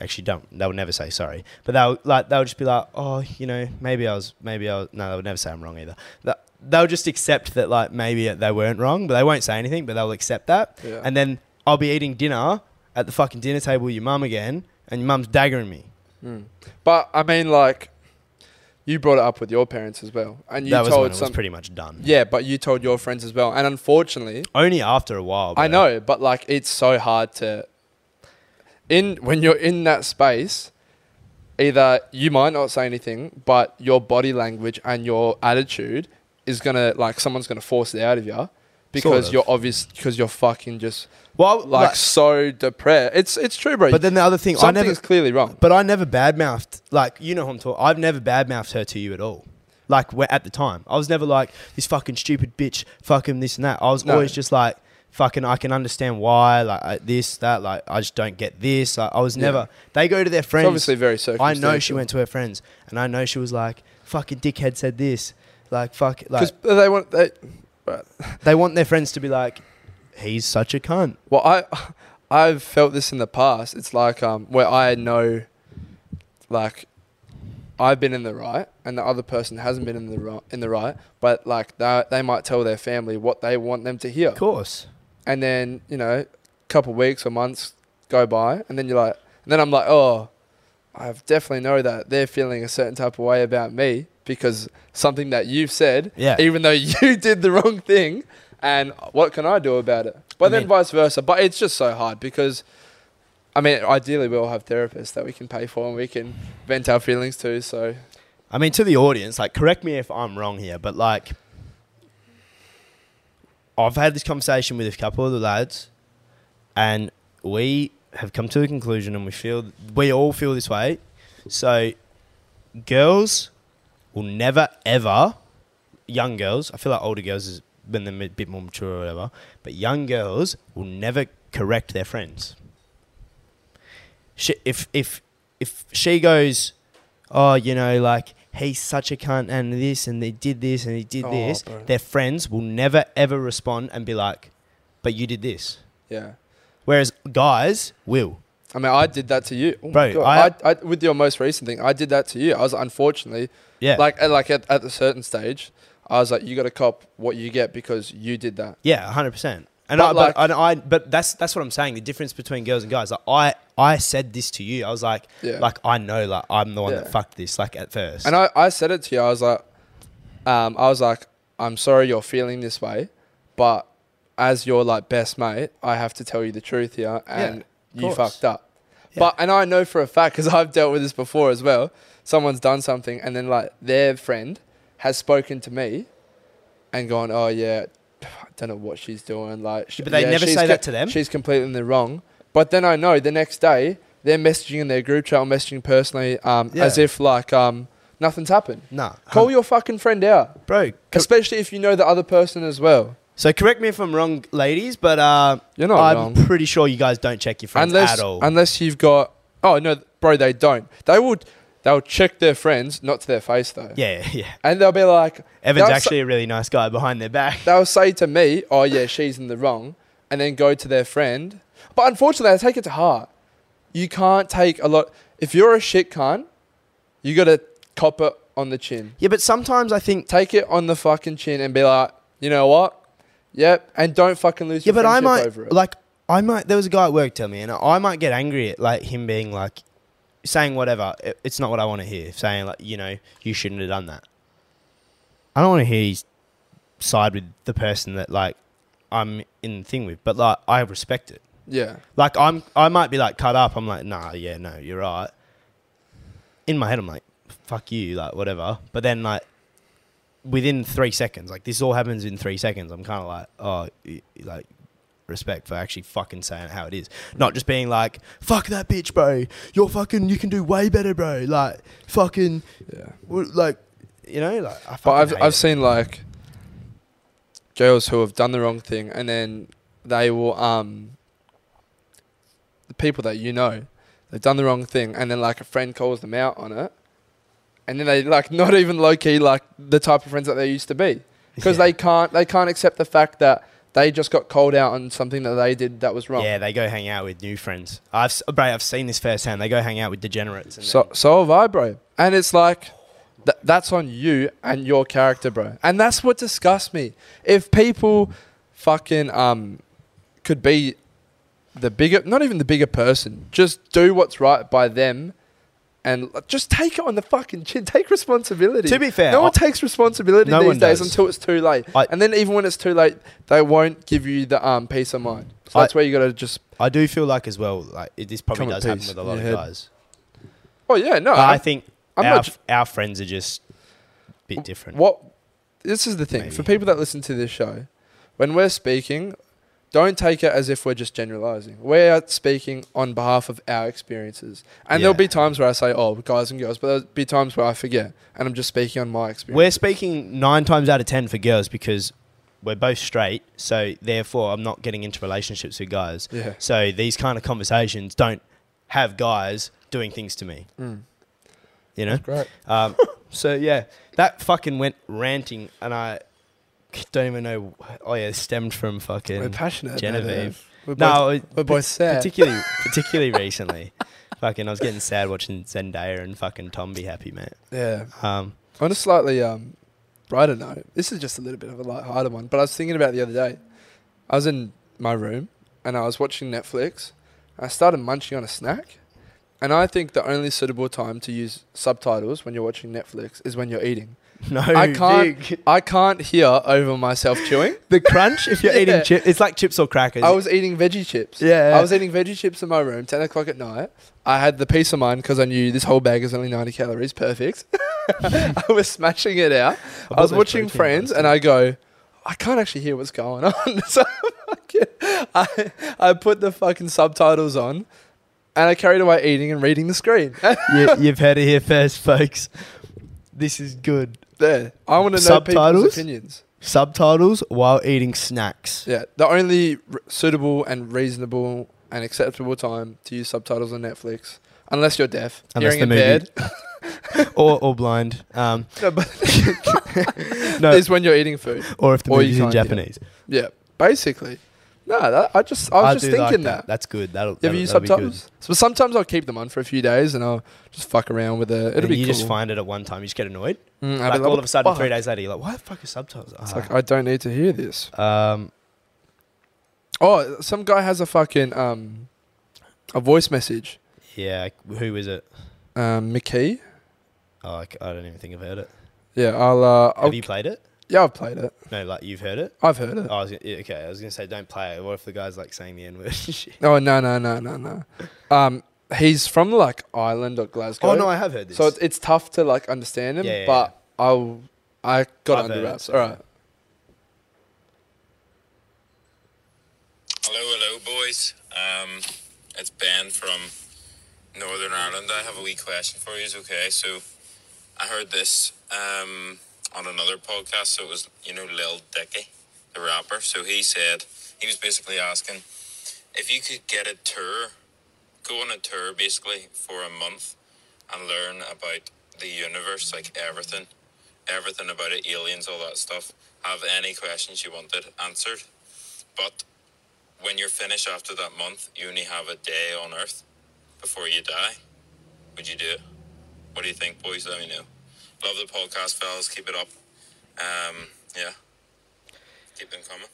actually, don't. They would never say sorry, but they'll like they'll just be like, oh, you know, maybe I was, maybe I was. No, they would never say I'm wrong either. Th- They'll just accept that like maybe they weren't wrong, but they won't say anything. But they'll accept that, Yeah. and then I'll be eating dinner at the fucking dinner table with your mum again, and your mum's daggering me. Mm. But I mean, like, you brought it up with your parents as well, and you that was when told it some. was pretty much done. yeah, but you told your friends as well, and unfortunately, Only after a while. bro. I know, but like, it's so hard to. In when you're in that space, either you might not say anything, but your body language and your attitude is gonna like someone's gonna force it out of you because of. you're obvious because you're fucking just Well, like, so depressed. It's it's true, bro. but then the other thing, I something's never, clearly wrong. but I never badmouthed. Like you know who I'm talking. I've never badmouthed her to you at all. Like we- at the time, I was never like this fucking stupid bitch, fucking this and that. I was No. always just like fucking. I can understand why, like I- this, that. Like I just don't get this. Like, I was Yeah. never. They go to their It's friends. obviously very I circumstantial. know she went to her friends, and I know she was like, "Fucking dickhead said this." Like, fuck, like because they want they. they want their friends to be like, "He's such a cunt." Well, I I've felt this in the past. It's like um where I know, like, I've been in the right and the other person hasn't been in the right in the right, but like they they might tell their family what they want them to hear, Of course, and then you know, a couple of weeks or months go by, and then you're like, and then I'm like, oh, I definitely know that they're feeling a certain type of way about me because something that you've said yeah. even though you did the wrong thing. And what can I do about it? But I then mean- vice versa. But it's just so hard because, I mean, ideally we all have therapists that we can pay for and we can vent our feelings to. So I mean, to the audience, like, correct me if I'm wrong here, but like, I've had this conversation with a couple of the lads, and we have come to the conclusion, and we feel we all feel this way. So, girls will never ever, young girls. I feel like older girls is when they're a bit more mature or whatever, but young girls will never correct their friends. She, if if if she goes, oh, you know, like he's such a cunt and this and they did this and he did Oh, this, bro. their friends will never ever respond and be like, but you did this. yeah, Whereas guys will. I mean, I did that to you, Oh my Bro, God. I- I, I, with your most recent thing, I did that to you. I was unfortunately Yeah. like uh, like at, at a certain stage, I was like, you got to cop what you get because you did that. Yeah, hundred percent. And But I, like- but, and I, but that's that's what I'm saying. The difference between girls and guys. Like I, I said this to you. I was like, Yeah. like I know, like I'm the one Yeah. that fucked this. Like at first, And I, I said it to you. I was like, um, I was like, I'm sorry you're feeling this way, but as your like best mate, I have to tell you the truth here, and you course. fucked up. Yeah. But and I know for a fact because I've dealt with this before as well. Someone's done something, and then like their friend has spoken to me, and gone, oh yeah, I don't know what she's doing. Like, sh- But they yeah, never she's say co- that to them? She's completely in the wrong. But then I know the next day they're messaging in their group chat, or messaging personally, um, Yeah. as if like um, nothing's happened. nah, Call hun- your fucking friend out, bro. cor- especially if you know the other person as well. so correct me if I'm wrong, ladies, but uh, You're not I'm wrong, pretty sure you guys don't check your friends unless at all. unless you've got. Oh no, bro, they don't. They will. They'll check their friends, not to their face though. yeah, yeah. And they'll be like, Evan's That's- actually a really nice guy behind their back. they'll say to me, "Oh yeah, she's in the wrong," and then go to their friend. But unfortunately, I take it to heart. You can't take a lot. If you're a shit cunt, you gotta cop it on the chin. Yeah, but sometimes I think. Take it on the fucking chin and be like, you know what? Yep, and don't fucking lose Yeah, your but I friendship might over it. like I might. There was a guy at work tell me, and I might get angry at like him being like saying whatever. It, it's not what I want to hear. Saying like you know you shouldn't have done that. I don't want to hear you side with the person that like I'm in the thing with, but like I respect it. yeah, Like I'm, I might be like cut up. I'm like, nah, yeah, no, you're right. In my head, I'm like, fuck you, like whatever. But then like, within three seconds. Like this all happens in three seconds. I'm kind of like, oh, y- like respect for actually fucking saying it how it is, not just being like, fuck that bitch, bro. You're fucking. You can do way better, bro. Like fucking. Yeah. w- Like you know, like I But fucking I've hate I've it. seen like girls who have done the wrong thing, and then they will um the people that you know they've done the wrong thing, and then like a friend calls them out on it, and then they like not even low key like the type of friends that they used to be because Yeah. they can't they can't accept the fact that they just got called out on something that they did that was wrong. Yeah, they go hang out with new friends. I've s- bro, I've seen this firsthand. They go hang out with degenerates. And So so have I, bro. And it's like th- that's on you and your character, bro. And that's what disgusts me. If people fucking um could be the bigger, not even the bigger person, just do what's right by them. And l- just take it on the fucking chin. Take responsibility. To be fair, no I- one takes responsibility No these one days does. until it's too late. I- and then even when it's too late, they won't give you the um, peace of mind. So I- that's where you got to just. I do feel like as well, like it, this probably Come at does happen peace with a in lot your of head. guys. Oh yeah, no. But I'm- I think I'm our, not f- our friends are just a bit different. What this is the thing for Maybe. people that listen to this show, when we're speaking, don't take it as if we're just generalizing. We're speaking on behalf of our experiences, and there'll Yeah. be times where I say, "Oh, guys and girls," but there'll be times where I forget, and I'm just speaking on my experience. We're speaking nine times out of ten for girls because we're both straight, so therefore I'm not getting into relationships with guys. yeah, So these kind of conversations don't have guys doing things to me. Mm. You know. great. Um, so yeah, that fucking went ranting, and I don't even know. Oh yeah, it stemmed from We're fucking passionate, Genevieve. We're both, no, it- we're both sad. particularly particularly recently. Fucking, I was getting sad watching Zendaya and fucking Tom be happy, mate. yeah. Um, On a slightly um, brighter note, this is just a little bit of a lighthearted one, but I was thinking about it the other day. I was in my room and I was watching Netflix. I started munching on a snack, and I think the only suitable time to use subtitles when you're watching Netflix is when you're eating. no, I can't. Dude. I can't hear over myself chewing. The crunch if you're Yeah. eating chips, it's like chips or crackers. I was eating veggie chips. yeah, I was eating veggie chips in my room, 10 o'clock at night. I had the peace of mind because I knew this whole bag is only 90 calories. Perfect. I was smashing it out. I I, bought was those watching protein Friends bars, and I go, I can't actually hear what's going on. so fucking- I, I put the fucking subtitles on and I carried away eating and reading the screen. you, you've heard it here first, folks. This is good. there. I want to know Subtitles? people's opinions. Subtitles while eating snacks. Yeah. The only r- suitable and reasonable and acceptable time to use subtitles on Netflix, unless you're deaf, Unless hearing the movie- impaired. or or blind. Um, No, but no, is when you're eating food. or if the or you movie's in can't get it. Japanese. Yeah, basically. No, that, I just I was just do like thinking that. That's good. That'll, You that'll, ever use that'll be good. subtitles? So sometimes I'll keep them on for a few days and I'll just fuck around with it. It'll And be you cool. just find it at one time. You just get annoyed. Mm, I'll Like, be all what of a sudden, the three fuck? days later, you're like, "Why the fuck is subtitles?" It's Ah. like I don't need to hear this. Um, Oh, some guy has a fucking um, a voice message. yeah, who is it? Um, McKee. Oh, I, c- I don't even think I've heard it. Yeah, I'll. Uh, Have I'll you played it? yeah, I've played it. No, like you've heard it. I've heard it. Oh, I was gonna, yeah, okay, I was gonna say don't play it. What if the guy's like saying the n word? Oh no no no no no. Um, he's from like Ireland or Glasgow. oh no, I have heard this. So it's, it's tough to like understand him, Yeah, yeah, but I'll I I've got it under heard it, wraps. so- All right. Hello, hello, boys. Um, it's Ben from Northern Ireland. I have a wee question for you. Okay, so I heard this um, on another podcast. So it was, you know, Lil Dicky, the rapper. So he said he was basically asking if you could get a tour, go on a tour basically for a month and learn about the universe, like everything, everything about it, aliens, all that stuff. Have any questions you wanted answered, but when you're finished after that month, you only have a day on Earth before you die. Would you do it? What do you think, boys? Let me know. Love the podcast, fellas. Keep it up. Um, yeah. Keep them coming.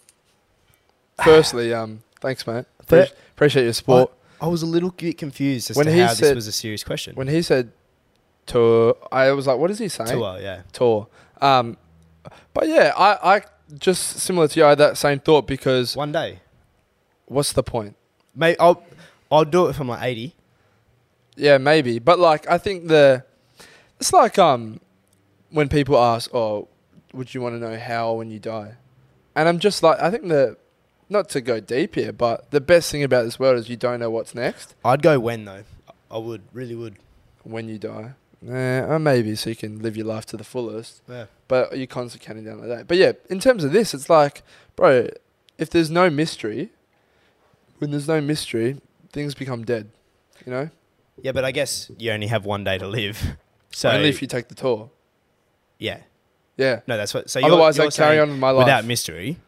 Firstly, um, thanks, mate. Fair- Appre- appreciate your I, support. I was a little bit confused as When to he how this said- was a serious question. when he said tour, I was like, what is he saying? Tour, yeah. Tour. Um, but yeah, I, I just similar to you, I had that same thought because One day, what's the point? mate. I'll I'll do it if I'm like 80. Yeah, maybe. But like, I think the it's like um when people ask, "Oh, would you want to know how when you die? And I'm just like, I think the, not to go deep here, but the best thing about this world is you don't know what's next I'd go when though. I would really would. when you die. Eh, or maybe so you can live your life to the fullest. Yeah. but you're constantly counting down like that. But yeah, in terms of this, it's like, bro, if there's no mystery, when there's no mystery, things become dead. You know, Yeah, but I guess you only have one day to live. So only if you take the tour. yeah, Yeah. no, that's what. So you're- Otherwise, you're I carry saying on with my life. without mystery.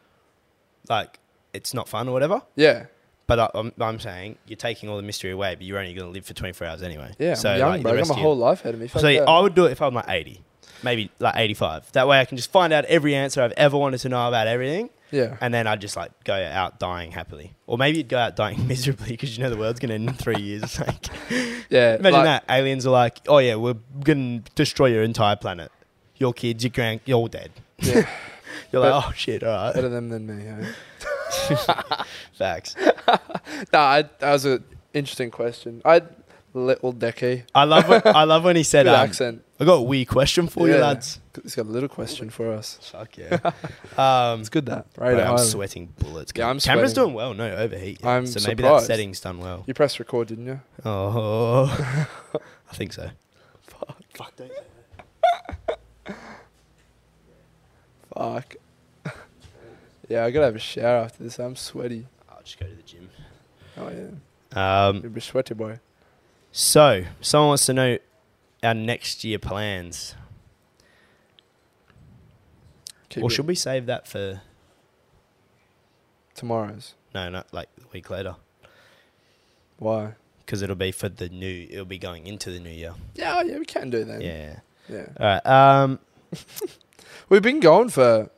Like it's not fun or whatever. yeah, But I, I'm, I'm saying you're taking all the mystery away, but you're only going to live for 24 hours anyway. yeah. so I'm young, like, the bro. I got rest my of whole your- life ahead of me. Fuck So that. I would do it if I'm like 80, maybe like 85. That way I can just find out every answer I've ever wanted to know about everything, yeah. and then I'd just like go out dying happily, or maybe you'd go out dying miserably because you know the world's going to end in three years. It's Like, Yeah. imagine like, that aliens are like, oh yeah, we're going to destroy your entire planet, your kids, your grand, you're all dead. Yeah. You're like, But- oh shit, all right, Better them than me. Hey? facts. Nah, I, that was an interesting question. I little Decky. I love when, I love when he said, Good um, accent. I got a wee question for you Yeah. lads. He's got a little question for us. Fuck yeah. um, It's good that. bro, Right. I'm I'm sweating bullets. Yeah, I'm Camera's sweating. doing well. No overheat. yet, I'm so maybe surprised. that setting's done well. you pressed record, didn't you? Oh, I think so. Fuck. yeah, I gotta have a shower after this. I'm sweaty. I'll just go to the gym. Oh yeah, Um, you'll be sweaty, boy. so someone wants to know our next year plans, Keep or it. should we save that for tomorrow's? no, not like a week later, Why? because it'll be for the new. It'll be going into the new year. Yeah, oh, yeah, we can do that. Yeah. yeah. All right. Um, We've been going for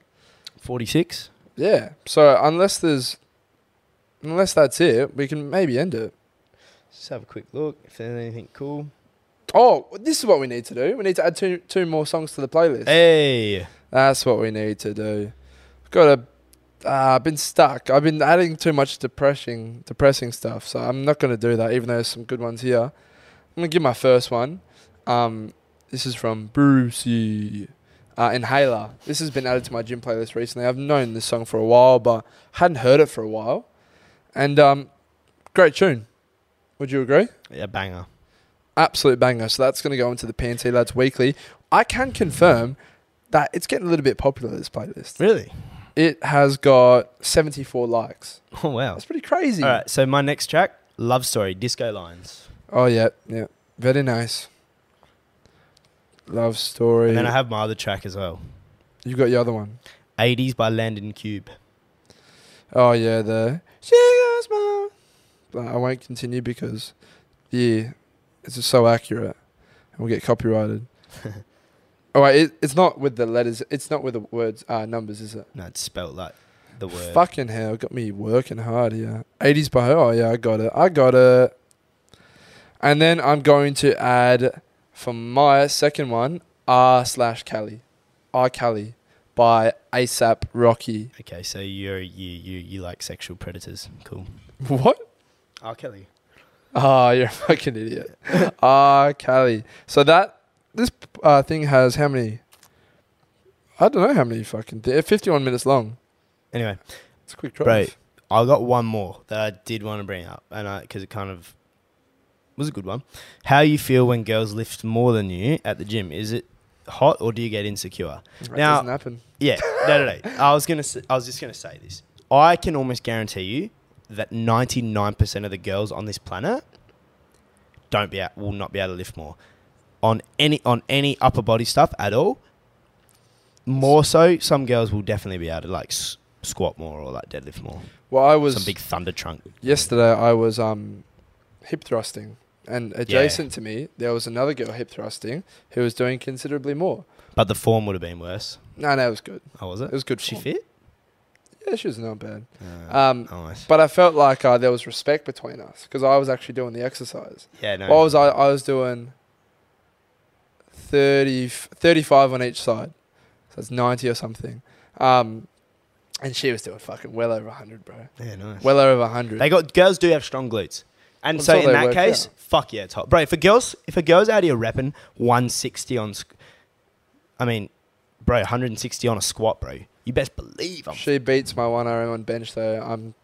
forty-six. yeah. So unless there's, unless that's it, we can maybe end it. Just have a quick look if there's anything cool. Oh, this is what we need to do. We need to add two two more songs to the playlist. Hey, That's what we need to do. Got to. Uh, I've been stuck. I've been adding too much depressing, depressing stuff. So I'm not gonna do that. Even though there's some good ones here, I'm gonna give my first one. Um, this is from Brucey. Uh, Inhaler. This has been added to my gym playlist recently. I've known this song for a while, but hadn't heard it for a while. And um, great tune. Would you agree? a banger. absolute banger. So that's going to go into the PNT Lads Weekly. I can confirm that it's getting a little bit popular. This playlist. Really? It has got 74 likes. Oh wow. That's pretty crazy. All right, so my next track, Love Story, Disco Lines. Oh yeah, yeah, very nice. Love story. And then I have my other track as well, you got your other one. 80s by Landon Cube. Oh yeah, the she goes my. But I won't continue because yeah, it's just so accurate, and we'll get copyrighted. All right, it, it's not with the letters. It's not with the words, uh, numbers, is it? No, it's spelled like the word. Fucking hell, got me working hard here. 80s by her. Oh yeah, I got it. I got it. And then I'm going to add for my second one R slash Cali, R Cali by ASAP Rocky. Okay, so you're you you you like sexual predators. Cool. What? R. Kelly. Ah, you're a fucking idiot. R Cali. So that this uh, thing has how many? I don't know how many fucking. Th- 51 minutes long. Anyway, It's a quick drive. bro, I got one more that I did want to bring up, and I because it kind of was a good one. How you feel when girls lift more than you at the gym? Is it hot or do you get insecure? That now- doesn't happen. Yeah, no, no, no. I was gonna, s- I was just gonna say this. I can almost guarantee you that ninety nine percent of the girls on this planet don't be at, will not be able to lift more on any on any upper body stuff at all. More so, some girls will definitely be able to like s- squat more or like deadlift more. Well, I was some big thunder trunk. yesterday I was um, hip thrusting, and adjacent to me there was another girl hip thrusting who was doing considerably more. But the form would have been worse. No, no, it was good. Oh, was It it? was good. she form. fit? Yeah, she was not bad. Uh, Um, nice. but I felt like uh, there was respect between us because I was actually doing the exercise. Yeah, no. What was I? I was doing 30, 35 on each side, so it's ninety or something. Um, and she was doing fucking well over hundred, bro. yeah, nice. Well over hundred. They got girls do have strong glutes, and Well, so it's how in they that work case, out. fuck yeah, top bro. If a girls if a girls out here repping one sixty on, sc- I mean, bro, 160 on a squat, bro. You best believe I'm. She beats my one RM on bench though. I'm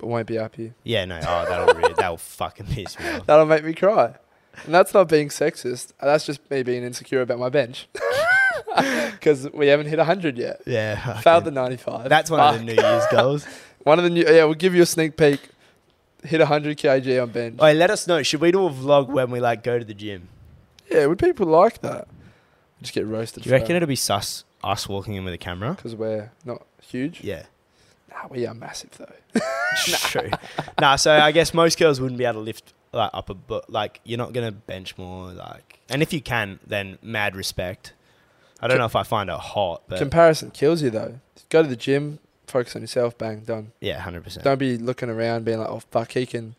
I won't be happy. Yeah, no. Oh, that'll really, that'll fucking piss me off. That'll make me cry. And that's not being sexist. That's just me being insecure about my bench. Because we haven't hit 100 yet. Yeah. Failed the fucking- 95. That's one of the Fuck. New Year's goals. One of the new. Yeah, we'll give you a sneak peek. Hit 100 kg on bench. Hey, let us know. Should we do a vlog when we like go to the gym? yeah, would people like that? Just get roasted. Do you reckon it'll be sus us walking in with a camera? Because we're not huge. Yeah. Nah, we are massive though. True. Nah, so I guess most girls wouldn't be able to lift like up a but like you're not gonna bench more like and if you can, then mad respect. I don't know if I find it hot, but Comparison kills you though. Go to the gym, focus on yourself, bang, done. yeah, hundred percent. Don't be looking around being like, oh fuck, he can,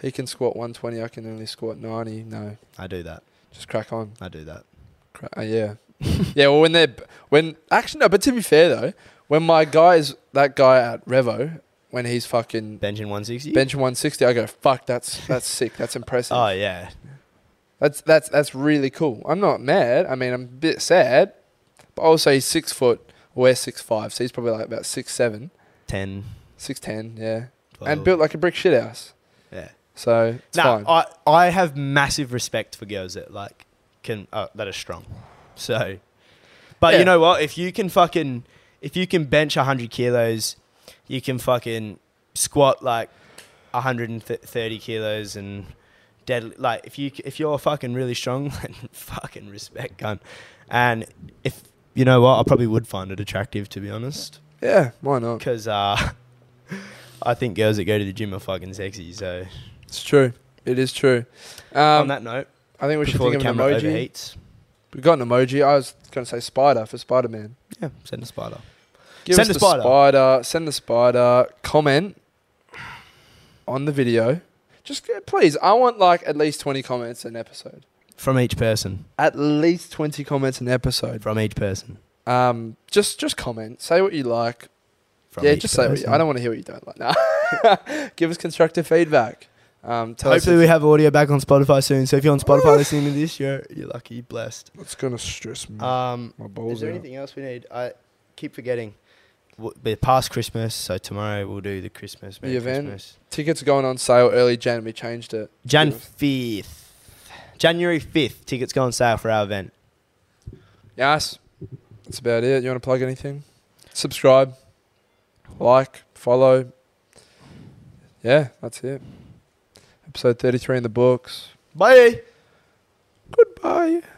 he can squat 120, I can only squat 90. No, I do that. just crack on. I do that. Cra- uh, yeah, yeah. Well, when they're when actually no, but to be fair though, when my guys, that guy at Revo, when he's fucking Benching one sixty. benching 160, I go fuck, that's that's sick, that's impressive. Oh yeah. That's that's that's really cool. I'm not mad. I mean, I'm a bit sad, but also he's six foot. We're six five, so he's probably like about six seven, 10, six ten, yeah, 12. and built like a brick shit house. Yeah. So it's No, fine. I, I have massive respect for girls that like can uh, that are strong. So, but Yeah. you know what? If you can fucking if you can bench hundred kilos, you can fucking squat like hundred and thirty kilos and dead. Like if you if you're fucking really strong, then fucking respect, gun. And if you know what, I probably would find it attractive to be honest, yeah, why not? because uh, I think girls that go to the gym are fucking sexy. So It's true. It is true. on Um, that note, I think we should before think the of an camera emoji. overheats. We got an emoji. I was going to say spider for Spider Man. Yeah, send a spider. Give Send us a the spider. spider. Send the spider. Comment on the video. Just go- please, I want like at least twenty comments an episode. From each person. At least twenty comments an episode. From each person. Um, just just comment. Say what you like. From yeah, each just say. What you, person. I don't want to hear what you don't like. No. Give us constructive feedback. Um, tell Hopefully, us. we have audio back on Spotify soon. So if you're on Spotify listening to this, you're you're lucky, you're blessed. If, it's gonna stress me. Um, my is balls there anything else we need? I keep forgetting. W- We're past Christmas, so tomorrow we'll do the Christmas. Merry The event? Christmas. Tickets are going on sale early Jan. We changed it. Jan Yes. fifth, January fifth. Tickets go on sale for our event. Yes. That's about it. You want to plug anything? Subscribe, like, follow. Yeah, that's it. Episode 33 in the books. Bye. Goodbye.